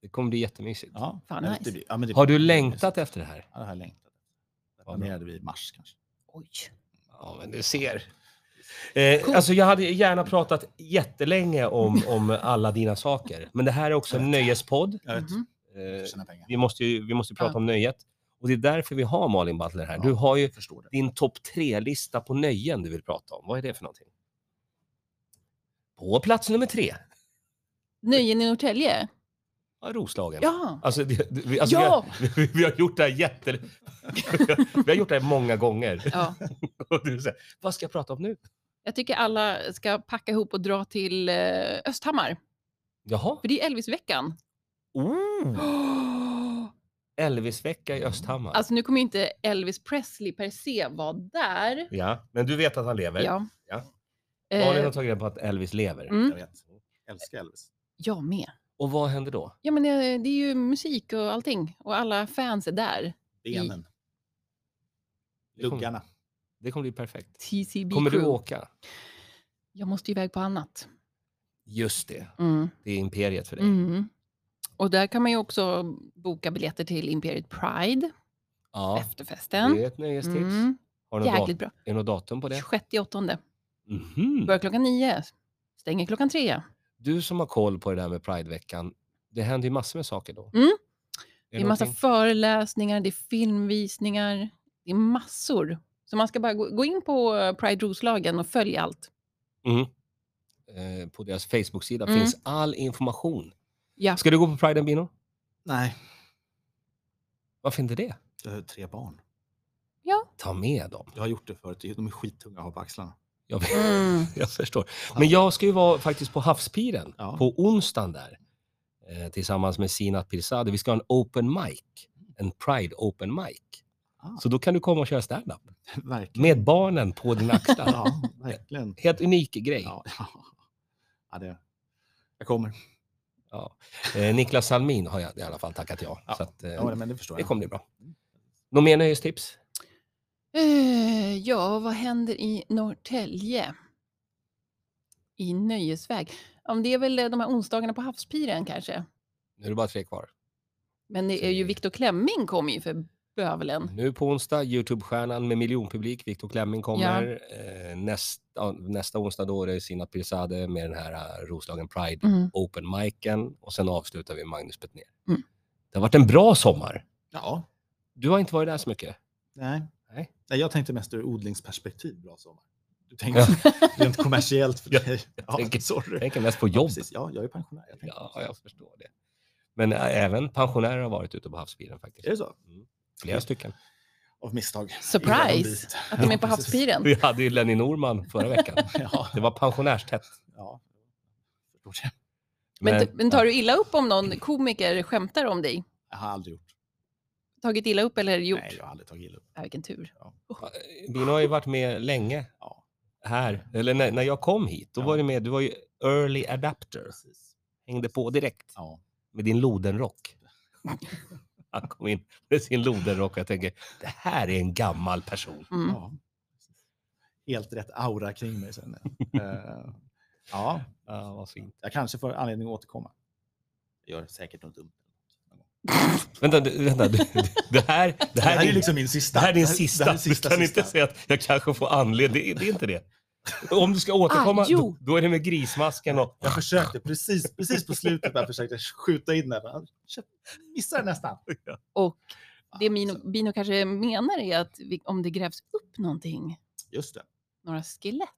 Speaker 1: Det kommer bli jättemysigt.
Speaker 3: Ja,
Speaker 2: Fan,
Speaker 3: men
Speaker 2: nice.
Speaker 3: det blir- ja, men det
Speaker 1: Har du
Speaker 3: blir-
Speaker 1: längtat efter det här?
Speaker 3: Ja, det har jag längtat. Det
Speaker 1: Vad bra.
Speaker 3: planerade vi i mars kanske.
Speaker 2: Oj.
Speaker 1: Ja, men du ser. Eh, alltså jag hade gärna pratat jättelänge om, om alla dina saker. Men det här är också en nöjespodd.
Speaker 3: Jag vet,
Speaker 2: Mhm.
Speaker 1: Eh,
Speaker 3: tjäna pengar.
Speaker 1: vi måste ju vi måste ju prata
Speaker 2: Ja.
Speaker 1: om nöjet. Och det är därför vi har Malin Butler här.
Speaker 3: Ja.
Speaker 1: Du har ju
Speaker 3: Jag förstår det.
Speaker 1: din topp tre-lista på nöjen du vill prata om. Vad är det för någonting? På plats nummer tre,
Speaker 2: Nöjen i Norrtälje?
Speaker 1: ja, Roslagen.
Speaker 2: Ja.
Speaker 1: Alltså, det, det- vi, alltså
Speaker 2: Ja.
Speaker 1: vi, har, vi, vi har gjort det här jätte... vi har gjort det här många gånger.
Speaker 2: ja!
Speaker 1: Och du säger, vad ska jag prata om nu?
Speaker 2: Jag tycker alla ska packa ihop och dra till eh, Östhammar,
Speaker 1: Jaha,
Speaker 2: för det är Elvisveckan.
Speaker 1: oh, Elvisvecka i Östhammar.
Speaker 2: Alltså nu kommer ju inte Elvis Presley per se vara där.
Speaker 1: Ja, men du vet att han lever.
Speaker 2: Ja.
Speaker 1: Ja. Malin har
Speaker 2: Eh,
Speaker 1: tagit reda på att Elvis lever.
Speaker 2: Mm.
Speaker 3: Jag vet. Älskar Elvis.
Speaker 2: jag med.
Speaker 1: Och vad händer då?
Speaker 2: Ja, men eh, det är ju musik och allting och alla fans är där.
Speaker 3: Benen.
Speaker 1: Det kommer-
Speaker 3: Luggarna.
Speaker 1: Det kommer bli perfekt.
Speaker 2: TCB
Speaker 1: Kommer du
Speaker 2: crew.
Speaker 1: åka?
Speaker 2: Jag måste ju iväg på annat.
Speaker 1: Just det,
Speaker 2: Mm.
Speaker 1: det är imperiet för dig.
Speaker 2: Mm. Och där kan man ju också boka biljetter till Imperiet Pride,
Speaker 1: Ja,
Speaker 2: efterfesten.
Speaker 1: det är ett nöjestips.
Speaker 2: Mm.
Speaker 1: Har du något
Speaker 2: Jäkligt
Speaker 1: datum,
Speaker 2: bra.
Speaker 1: är det något datum på det?
Speaker 2: 26 8.
Speaker 1: Mhm.
Speaker 2: Börjar klockan 9, stänger klockan 3.
Speaker 1: Du som har koll på det där med Prideveckan, det händer ju massor med saker då.
Speaker 2: Mm.
Speaker 1: Är
Speaker 2: Det är massa
Speaker 1: någonting-
Speaker 2: föreläsningar, det är filmvisningar, det är massor. Så man ska bara gå gå in på eh, Pride Roslagen och följa allt.
Speaker 1: eh, på deras Facebook-sida
Speaker 2: Mm.
Speaker 1: finns all information.
Speaker 2: Ja.
Speaker 1: Ska du gå på Pride Bino?
Speaker 3: Nej,
Speaker 1: Varför inte det?
Speaker 3: jag har tre barn.
Speaker 1: Ta med dem.
Speaker 3: Jag har gjort det förut. De är skittunga att ha på axlarna.
Speaker 1: Jag,
Speaker 2: Mm.
Speaker 1: jag förstår. Men jag ska ju vara faktiskt på havspiren
Speaker 3: Ja.
Speaker 1: på onsdagen där. Eh, tillsammans med Sinat Pirzadeh. Vi ska ha en open mic. En Pride open mic.
Speaker 3: Ah.
Speaker 1: Så då kan du komma och köra stand-up.
Speaker 3: verkligen.
Speaker 1: Med barnen på dina axlar.
Speaker 3: Ja, verkligen.
Speaker 1: Helt unik grej.
Speaker 3: Ja, ja. ja det... Jag kommer.
Speaker 1: Eh, Niklas Salmin har jag i alla fall tackat ja.
Speaker 3: Ja.
Speaker 1: Så att, eh,
Speaker 3: Ja, men det förstår
Speaker 1: det
Speaker 3: jag.
Speaker 1: kommer bli bra. Något mer nöjestips?
Speaker 2: Eh, ja, vad händer i Norrtälje? I nöjesväg? Ja, men det är väl eh, de här onsdagarna på havspiren kanske.
Speaker 1: Nu är det bara tre kvar.
Speaker 2: Men det är
Speaker 1: Så det-
Speaker 2: ju Viktor Klemming kommer ju för bövelen.
Speaker 3: Mm.
Speaker 1: Nu på onsdag, Youtube-stjärnan med miljonpublik, Viktor Klemming kommer. Eh, nästa, nästa onsdag då är det Sinat Pirzadeh med den här eh, Roslagen Pride
Speaker 2: Mm.
Speaker 1: open micen och sen avslutar vi med Magnus Betnér.
Speaker 2: Mm.
Speaker 1: Det har varit en bra sommar.
Speaker 3: Ja,
Speaker 1: Du har inte varit där så mycket.
Speaker 3: nej.
Speaker 1: Nej.
Speaker 3: nej. Jag tänkte mest ur odlingsperspektiv. Bra sommar. Du tänkte rent kommersiellt för dig. Ja,
Speaker 1: tänker-
Speaker 3: sorry.
Speaker 1: Jag tänker mest på jobb.
Speaker 3: precis. Ja, jag är pensionär. Jag tänker.
Speaker 1: Ja, jag förstår det. Men eh, även pensionärer har varit ute på havsbilen faktiskt.
Speaker 3: Är det så?
Speaker 1: Flera stycken.
Speaker 3: Av misstag. Innan de
Speaker 2: Surprise!
Speaker 3: dit.
Speaker 2: Att de är
Speaker 3: Ja,
Speaker 2: på
Speaker 3: precis.
Speaker 2: havspiren.
Speaker 1: Vi hade ju Lenny Norman förra veckan.
Speaker 3: Ja,
Speaker 1: Det var pensionärstätt.
Speaker 3: ja. Förstår det.
Speaker 2: Men, men tar du illa upp om någon komiker skämtar om dig?
Speaker 3: Jag har aldrig gjort.
Speaker 2: tagit illa upp eller gjort?
Speaker 3: Nej, jag har aldrig tagit illa upp.
Speaker 2: Ja, vilken tur.
Speaker 1: äh, Bino har ju varit med länge
Speaker 3: Ja.
Speaker 1: här, eller när, när jag kom hit, då
Speaker 3: Ja.
Speaker 1: var du med, du var ju early adapter,
Speaker 3: Precis.
Speaker 1: hängde på direkt
Speaker 3: Ja.
Speaker 1: med din lodenrock. Han kom in med sin lodenrock och jag tänker, det här är en gammal person.
Speaker 2: Mm.
Speaker 3: ja. Helt rätt aura kring mig sen. Eh, ja,
Speaker 1: Ja, vad fint.
Speaker 3: jag kanske får anledning att återkomma. Jag gör säkert något dumt.
Speaker 1: Vänta, du- vänta, du- det här, det
Speaker 3: Det här är
Speaker 1: din-
Speaker 3: liksom min sista.
Speaker 1: Det här är din sista.
Speaker 3: Det här är sista,
Speaker 1: du kan
Speaker 3: sista.
Speaker 1: inte säga att jag kanske får anledning. Det, det är inte det. Om du ska återkomma,
Speaker 2: Ah, jo.
Speaker 1: då, då är det med grismasken och...
Speaker 3: Jag försökte precis, precis på slutet där försökte jag skjuta in den. Jag missade nästan.
Speaker 2: Och Det
Speaker 3: Så,
Speaker 2: Mino, Bino kanske menar är att vi, om det grävs upp någonting,
Speaker 3: Just det.
Speaker 2: några skelett.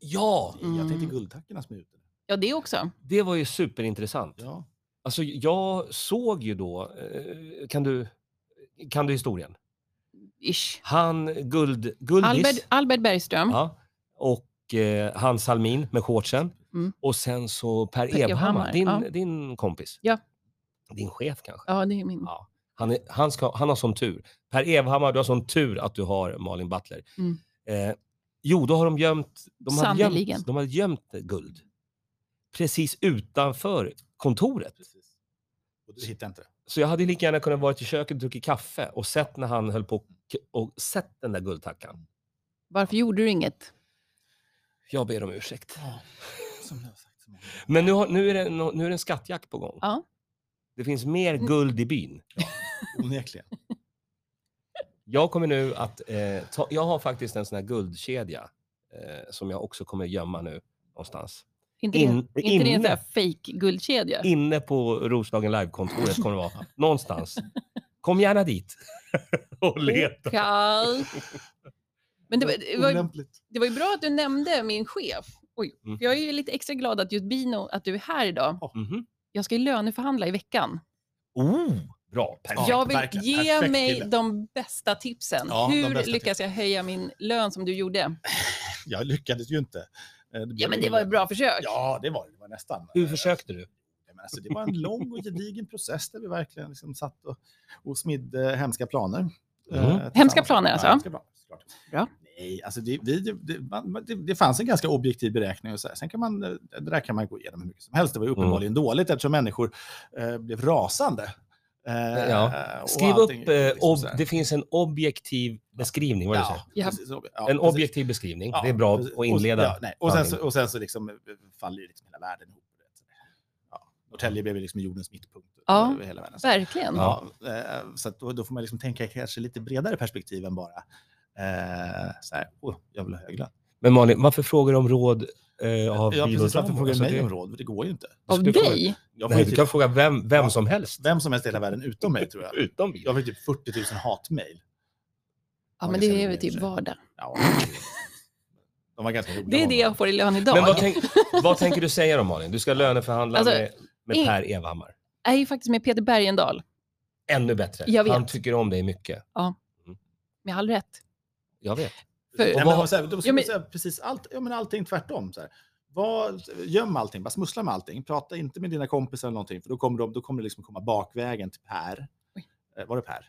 Speaker 1: Ja,
Speaker 3: Jag tänkte
Speaker 2: Mm.
Speaker 3: guldtackorna som är ute.
Speaker 2: Ja, det också.
Speaker 1: det var ju superintressant.
Speaker 3: Ja.
Speaker 1: Alltså, jag såg ju då... eh, Kan du, kan du historien?
Speaker 2: Ish.
Speaker 1: Han, Guld, Guldis,
Speaker 2: Albert, Mm. Albert Bergström.
Speaker 1: ja, och eh, han Salmin med shortsen.
Speaker 2: Mm.
Speaker 1: Och sen så Per,
Speaker 2: Per
Speaker 1: Evhammar,
Speaker 2: Evhammar,
Speaker 1: din,
Speaker 2: ja.
Speaker 1: din kompis.
Speaker 2: Ja.
Speaker 1: Din chef kanske.
Speaker 2: Ja, det är min.
Speaker 1: Ja. Han, är, han, ska, han har sån tur. Per Evhammar, du har sån tur att du har Malin Butler.
Speaker 2: Mm.
Speaker 1: Eh, jo, då har de gömt, de har
Speaker 2: Sannerligen.
Speaker 1: gömt, de har gömt guld precis utanför kontoret.
Speaker 3: Precis. Och du hittade inte det.
Speaker 1: Så jag hade lika gärna kunnat vara i köket och druckit kaffe och sett när han höll på och, och sett den där guldtackan.
Speaker 2: Varför gjorde du inget?
Speaker 1: Jag ber om ursäkt.
Speaker 3: Som jag har sagt så många gånger.
Speaker 1: Men nu, har, nu, är, det, nå- nu är det en skattjakt på gång.
Speaker 2: Ja.
Speaker 1: Det finns mer guld i byn.
Speaker 3: Onekligen.
Speaker 1: Jag kommer nu att... Eh, ta, jag har faktiskt en sån här guldkedja eh, som jag också kommer gömma nu någonstans.
Speaker 2: Inte,
Speaker 1: In-
Speaker 2: det, inte det en sån
Speaker 1: inne.
Speaker 2: här fejkguldkedja?
Speaker 1: Inne på Roslagen Live-kontoret kommer det vara. Någonstans. Kom gärna dit och
Speaker 3: Oh,
Speaker 1: leta.
Speaker 2: Okej. Men det, var- det, var,
Speaker 3: Olämpligt.
Speaker 2: det var ju bra att du nämnde min chef. Oj,
Speaker 1: Mm.
Speaker 2: jag är ju lite extra glad att just Bino, att du är här idag.
Speaker 1: Mhm.
Speaker 2: Jag ska ju löneförhandla i veckan.
Speaker 1: Oh, bra, perfekt.
Speaker 3: Ja.
Speaker 2: jag vill
Speaker 3: verkligen.
Speaker 2: ge
Speaker 3: Perfekt
Speaker 2: mig
Speaker 3: kille.
Speaker 2: de bästa tipsen.
Speaker 3: Ja, de
Speaker 2: Hur
Speaker 3: bästa
Speaker 2: lyckas jag höja min lön som du gjorde?
Speaker 3: Jag lyckades ju inte. Eh, blev
Speaker 2: Ja, men det
Speaker 3: illa.
Speaker 2: var ett bra försök.
Speaker 3: Ja, det var det. Det var nästan. eh,
Speaker 1: Hur försökte du?
Speaker 3: Nej, Men alltså, det var en lång och gedigen process där vi verkligen liksom satt och, och smidde hemska planer. eh,
Speaker 1: Mm.
Speaker 3: tillsammans.
Speaker 2: Hemska planer alltså?
Speaker 3: Ja, hemska planer, såklart.
Speaker 2: Bra.
Speaker 3: Nej, alltså det, vi, det- det, man, man- det, det fanns en ganska objektiv beräkning. Och så här. Sen kan man, eh, det där kan man gå igenom hur mycket som helst. Det
Speaker 1: Mm.
Speaker 3: var ju uppenbarligen dåligt eftersom människor eh, blev rasande. Eh,
Speaker 1: Ja.
Speaker 3: och
Speaker 1: Skriv upp...
Speaker 3: allting,
Speaker 1: Eh,
Speaker 3: liksom
Speaker 1: ob,
Speaker 3: så här.
Speaker 1: det finns en objektiv beskrivning. Vad är det du
Speaker 3: Ja,
Speaker 1: säger?
Speaker 2: Ja.
Speaker 3: precis, ob- ja,
Speaker 1: En
Speaker 3: precis.
Speaker 1: objektiv beskrivning.
Speaker 3: Ja,
Speaker 1: det är bra
Speaker 3: precis.
Speaker 1: att inleda.
Speaker 3: Och, ja, nej. och, sen, så,
Speaker 1: handlingen.
Speaker 3: och sen så liksom eh, faller ju liksom hela världen ihop. Ja. Norrtälje blev ju liksom jordens mittpunkt.
Speaker 2: Ja.
Speaker 3: över Hela världen.
Speaker 2: Verkligen.
Speaker 3: Ja, eh, så att då, då får man liksom tänka kanske lite bredare perspektiv än bara eh, så här, åh, jag vill ha hög lön.
Speaker 1: Men Malin, varför frågar du om råd eh, av
Speaker 3: Ja,
Speaker 1: Bino
Speaker 3: precis,
Speaker 1: Dramo?
Speaker 3: varför frågar
Speaker 1: Alltså,
Speaker 3: mig
Speaker 1: det-
Speaker 3: om råd? Det går ju inte.
Speaker 1: du
Speaker 2: Av
Speaker 1: skulle fråga-
Speaker 2: dig?
Speaker 3: Jag får
Speaker 1: Nej,
Speaker 3: ju
Speaker 1: du
Speaker 3: typ,
Speaker 1: kan fråga vem, vem
Speaker 3: Ja.
Speaker 1: som helst.
Speaker 3: Vem som helst i hela världen utom mig tror jag.
Speaker 1: Utom Bino.
Speaker 3: Jag fick typ 40 000 hatmejl.
Speaker 2: Ja, men
Speaker 3: Organisera
Speaker 2: det
Speaker 3: det
Speaker 2: är väl
Speaker 3: i och för
Speaker 2: typ
Speaker 3: sig.
Speaker 2: vardag.
Speaker 3: Ja, de var ganska roliga.
Speaker 2: Det är det jag får i lön idag.
Speaker 1: Men vad, tänk, vad tänker du säga då Malin? Du ska löneförhandla
Speaker 2: Alltså,
Speaker 1: med, med
Speaker 2: in-
Speaker 1: Per Evhammar.
Speaker 2: Jag är ju faktiskt med Peter Bergendahl,
Speaker 1: Ännu bättre.
Speaker 2: Jag vet.
Speaker 1: Han tycker om dig mycket.
Speaker 2: med all rätt.
Speaker 1: Jag vet.
Speaker 2: För-
Speaker 3: Nej,
Speaker 1: Och
Speaker 3: men,
Speaker 1: vad-
Speaker 3: och så här, då ska
Speaker 2: Ja,
Speaker 3: man
Speaker 2: men-
Speaker 3: säga precis allt, ja, men allting tvärtom. Så här. Var, göm allting, bara smussla med allting. Prata inte med dina kompisar eller någonting, för då kommer, de, då kommer det liksom komma bakvägen till Per.
Speaker 2: Oj.
Speaker 3: Eh, var det Per?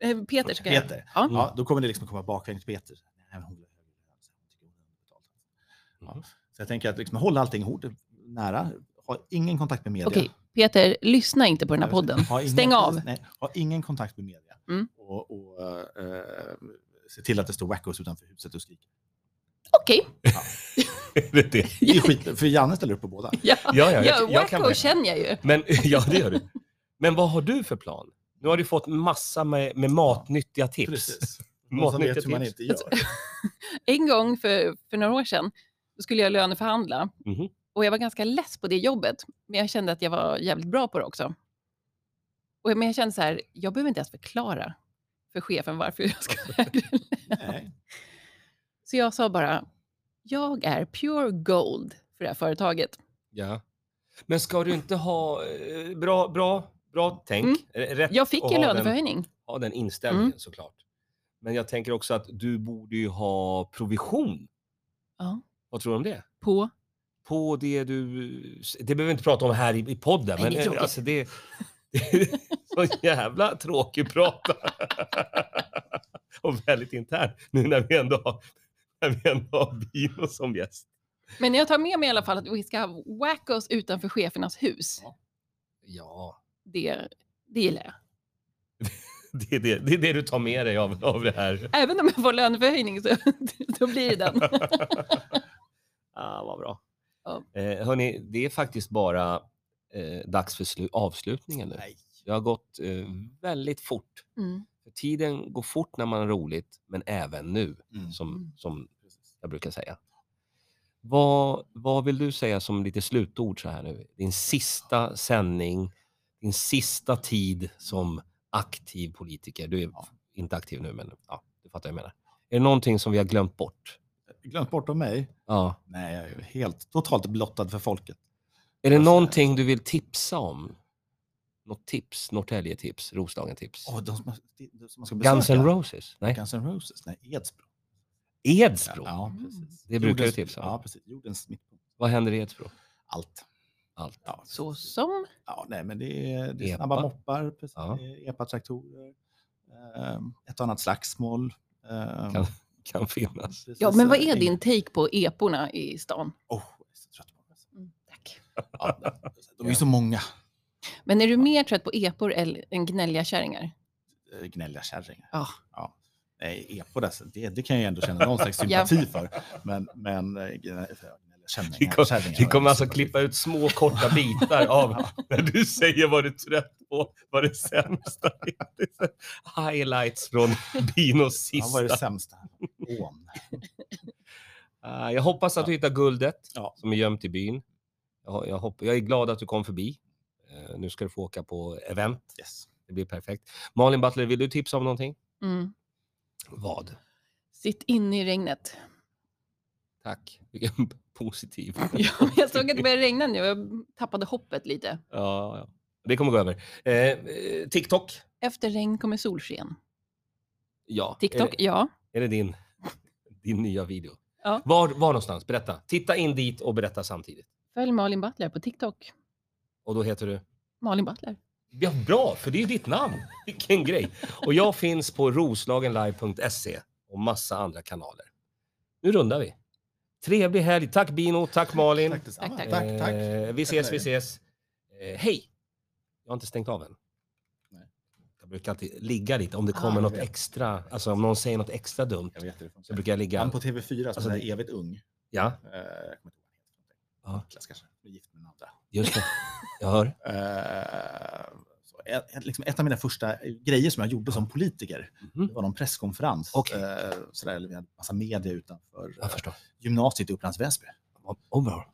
Speaker 2: Eh, Peter ska jag.
Speaker 3: Peter.
Speaker 2: Ja.
Speaker 3: Ja, då kommer det liksom komma bakvägen till Peter. Nej, hon vill ha högre lön, så hon tycker hon har betalt.
Speaker 1: Mhm.
Speaker 3: Ja. Så jag tänker att liksom, håll allting hårt, nära. Ha ingen kontakt med media.
Speaker 2: Okej, Peter, lyssna inte på den här podden.
Speaker 3: Ha ingen-
Speaker 2: Stäng av.
Speaker 3: Nej, ha ingen kontakt med media.
Speaker 2: Mm.
Speaker 3: Och, och eh, eh, se till att det står wackos utanför huset och skriker.
Speaker 2: Okej.
Speaker 1: Det är det.
Speaker 3: Det är skit, för Janne ställer upp på båda.
Speaker 2: Ja,
Speaker 1: Ja, ja,
Speaker 2: ja,
Speaker 1: jag, jag kan
Speaker 2: Wacko
Speaker 1: vara-
Speaker 2: känner jag ju.
Speaker 1: Men, ja, det gör du. Men vad har du för plan? Nu har du fått massa med, med matnyttiga tips.
Speaker 3: Precis. Någon som
Speaker 1: Matnyttiga
Speaker 3: vet hur man
Speaker 1: tips.
Speaker 3: inte gör.
Speaker 2: En gång för, för några år sedan då skulle jag löneförhandla.
Speaker 1: Mhm.
Speaker 2: Och jag var ganska less på det jobbet. Men jag kände att jag var jävligt bra på det också. Och, men jag kände så här, jag behöver inte ens förklara för chefen varför jag ska ha högre lön.
Speaker 3: Nej.
Speaker 2: Så jag sa bara, jag är pure gold för det här företaget.
Speaker 1: Ja. Men ska du inte ha eh, bra, bra, bra tänk?
Speaker 2: Mm.
Speaker 1: Eh, Rätt
Speaker 2: Jag fick
Speaker 1: att
Speaker 2: ju
Speaker 1: ha den-
Speaker 2: löneförhöjning.
Speaker 1: ha den inställningen
Speaker 2: Mm.
Speaker 1: såklart. Men jag tänker också att du borde ju ha provision.
Speaker 2: Ja.
Speaker 1: Vad tror du om det?
Speaker 2: På,
Speaker 1: På det du... Det behöver vi inte prata om här i, i podden,
Speaker 2: Nej, det är
Speaker 1: men eh,
Speaker 2: tråkigt.
Speaker 1: alltså det... Så jävla tråkig prata. och väldigt intern nu när vi ändå har, när vi ändå har Bino som gäst.
Speaker 2: Men jag tar med mig i alla fall att vi ska ha wackos utanför chefernas hus.
Speaker 1: Ja,
Speaker 2: Det, det gillar jag.
Speaker 1: det är det, det, är det du tar med dig av, av det här.
Speaker 2: Även om jag får löneförhöjning så då blir det den.
Speaker 1: Ah, vad bra.
Speaker 2: Ja.
Speaker 1: Eh, hörni, det är faktiskt bara eh, dags för slu- avslutningen nu.
Speaker 3: Nej.
Speaker 1: Det har gått eh, väldigt fort.
Speaker 2: Mm.
Speaker 1: Tiden går fort när man har roligt, men även nu,
Speaker 3: Mm.
Speaker 1: som,
Speaker 2: Mm.
Speaker 1: som jag brukar säga. Vad, vad vill du säga som lite slutord så här nu? Din sista sändning, din sista tid som aktiv politiker. Du är
Speaker 3: Ja.
Speaker 1: inte aktiv nu, men ja, du fattar vad jag menar. Är det någonting som vi har glömt bort?
Speaker 3: Glömt bort om mig?
Speaker 1: Ja.
Speaker 3: Nej, jag är helt totalt blottad för folket.
Speaker 1: Är det
Speaker 3: Alltså-
Speaker 1: någonting du vill tipsa om? Något tips? Norrtälje-tips? Roslagen-tips?
Speaker 3: Åh, de som, man- de som man ska besöka.
Speaker 1: Guns N' Roses? Nej.
Speaker 3: Guns N' Roses? Nej, Edsbro.
Speaker 1: Edsbro?
Speaker 3: Ja,
Speaker 2: Mm.
Speaker 3: precis.
Speaker 1: Det brukar du
Speaker 3: Jordens-
Speaker 1: tipsa om.
Speaker 3: Ja, precis. Jordens mittpunkt.
Speaker 1: Vad händer i Edsbro?
Speaker 3: Allt.
Speaker 1: Allt.
Speaker 3: Ja,
Speaker 2: Så
Speaker 3: precis.
Speaker 2: som
Speaker 3: Ja, nej, men det är, det är
Speaker 1: Epa.
Speaker 3: snabba moppar, precis,
Speaker 1: Ja.
Speaker 3: det är epatraktorer, ehm, ett och annat slagsmål. ehm,
Speaker 1: Kan- Kan finnas.
Speaker 3: precis,
Speaker 2: Ja, men vad
Speaker 3: eh,
Speaker 2: är
Speaker 3: en-
Speaker 2: din take på eporna i stan?
Speaker 3: Åh, jag är så trött på det.
Speaker 2: Mm, Tack.
Speaker 3: Ja, de är ju så många
Speaker 2: Men är du mer trött på epor eller- än gnälliga kärringar?
Speaker 3: eh, gnälliga kärringar.
Speaker 2: Ja.
Speaker 3: Nej, epor alltså, det, det kan jag ju ändå känna någon slags sympati för. Men, men eh, gnä- gnälliga kärringar.
Speaker 1: Vi kom-
Speaker 3: kärringar
Speaker 1: Vi
Speaker 3: har
Speaker 1: kommer
Speaker 3: jag
Speaker 1: alltså
Speaker 3: sympati
Speaker 1: klippa ut små korta bitar av när du säger vad du är trött på, vad det sämsta är. Det är. så- Highlights från Binos
Speaker 3: för. Ja, vad är det
Speaker 1: sista.
Speaker 3: sämsta? Ån.
Speaker 1: Ah, Jag hoppas att du hittar guldet
Speaker 3: Ja.
Speaker 1: som är gömt i byn. Jag, jag, hopp, jag är glad att du kom förbi. Eh, Nu ska du få åka på event.
Speaker 3: Yes.
Speaker 1: Det blir perfekt. Malin Butler, vill du tipsa om någonting?
Speaker 2: Mm.
Speaker 1: Vad?
Speaker 2: Sitt inne i regnet.
Speaker 1: Tack. Vilken positiv.
Speaker 2: Ja, jag såg att det började regna nu och jag tappade hoppet lite.
Speaker 1: Ja, ja. Det kommer gå över. Eh, Eh, TikTok.
Speaker 2: Efter regn kommer solsken.
Speaker 1: Ja. Är
Speaker 2: TikTok,
Speaker 1: det,
Speaker 2: ja.
Speaker 1: är det din, din nya video?
Speaker 2: Ja.
Speaker 1: Var, var någonstans? Berätta. Titta in dit och berätta samtidigt.
Speaker 2: Följ Malin Butler på TikTok.
Speaker 1: Och då heter du?
Speaker 2: Malin Butler.
Speaker 1: Ja, bra, för det är ju ditt namn. Vilken grej. Och jag finns på roslagenlive.se och massa andra kanaler. Nu rundar vi. Trevlig helg. Tack Bino, tack Malin.
Speaker 3: Tack, detsamma.
Speaker 2: Tack,
Speaker 3: tack. tack.
Speaker 1: Eh, vi ses, vi ses. Eh, hej! Jag har inte stängt av än.
Speaker 3: Nej.
Speaker 1: Jag brukar alltid ligga lite om det
Speaker 2: Ah,
Speaker 1: kommer
Speaker 3: jag
Speaker 1: något
Speaker 3: vet.
Speaker 1: extra, alltså om någon säger något extra dumt
Speaker 3: Jag vet det.
Speaker 1: så brukar jag
Speaker 3: Han
Speaker 1: ligga.
Speaker 3: på TV4 som
Speaker 1: Alltså,
Speaker 3: är
Speaker 1: det-
Speaker 3: evigt ung.
Speaker 1: Ja,
Speaker 3: Eh,
Speaker 1: Ja.
Speaker 3: jag kommer inte ihåg vad han heter. Niklas kanske. Han är gift med den andra.
Speaker 1: just det. Jag hör.
Speaker 3: Eh, så ett, ett- liksom ett av mina första grejer som jag gjorde som politiker
Speaker 1: Mhm.
Speaker 3: det var någon presskonferens.
Speaker 1: Okej.
Speaker 3: Eh, sådär, eller vi hade massa media utanför
Speaker 1: Jag förstår.
Speaker 3: gymnasiet i Upplands Väsby.
Speaker 1: Vad- vad bra.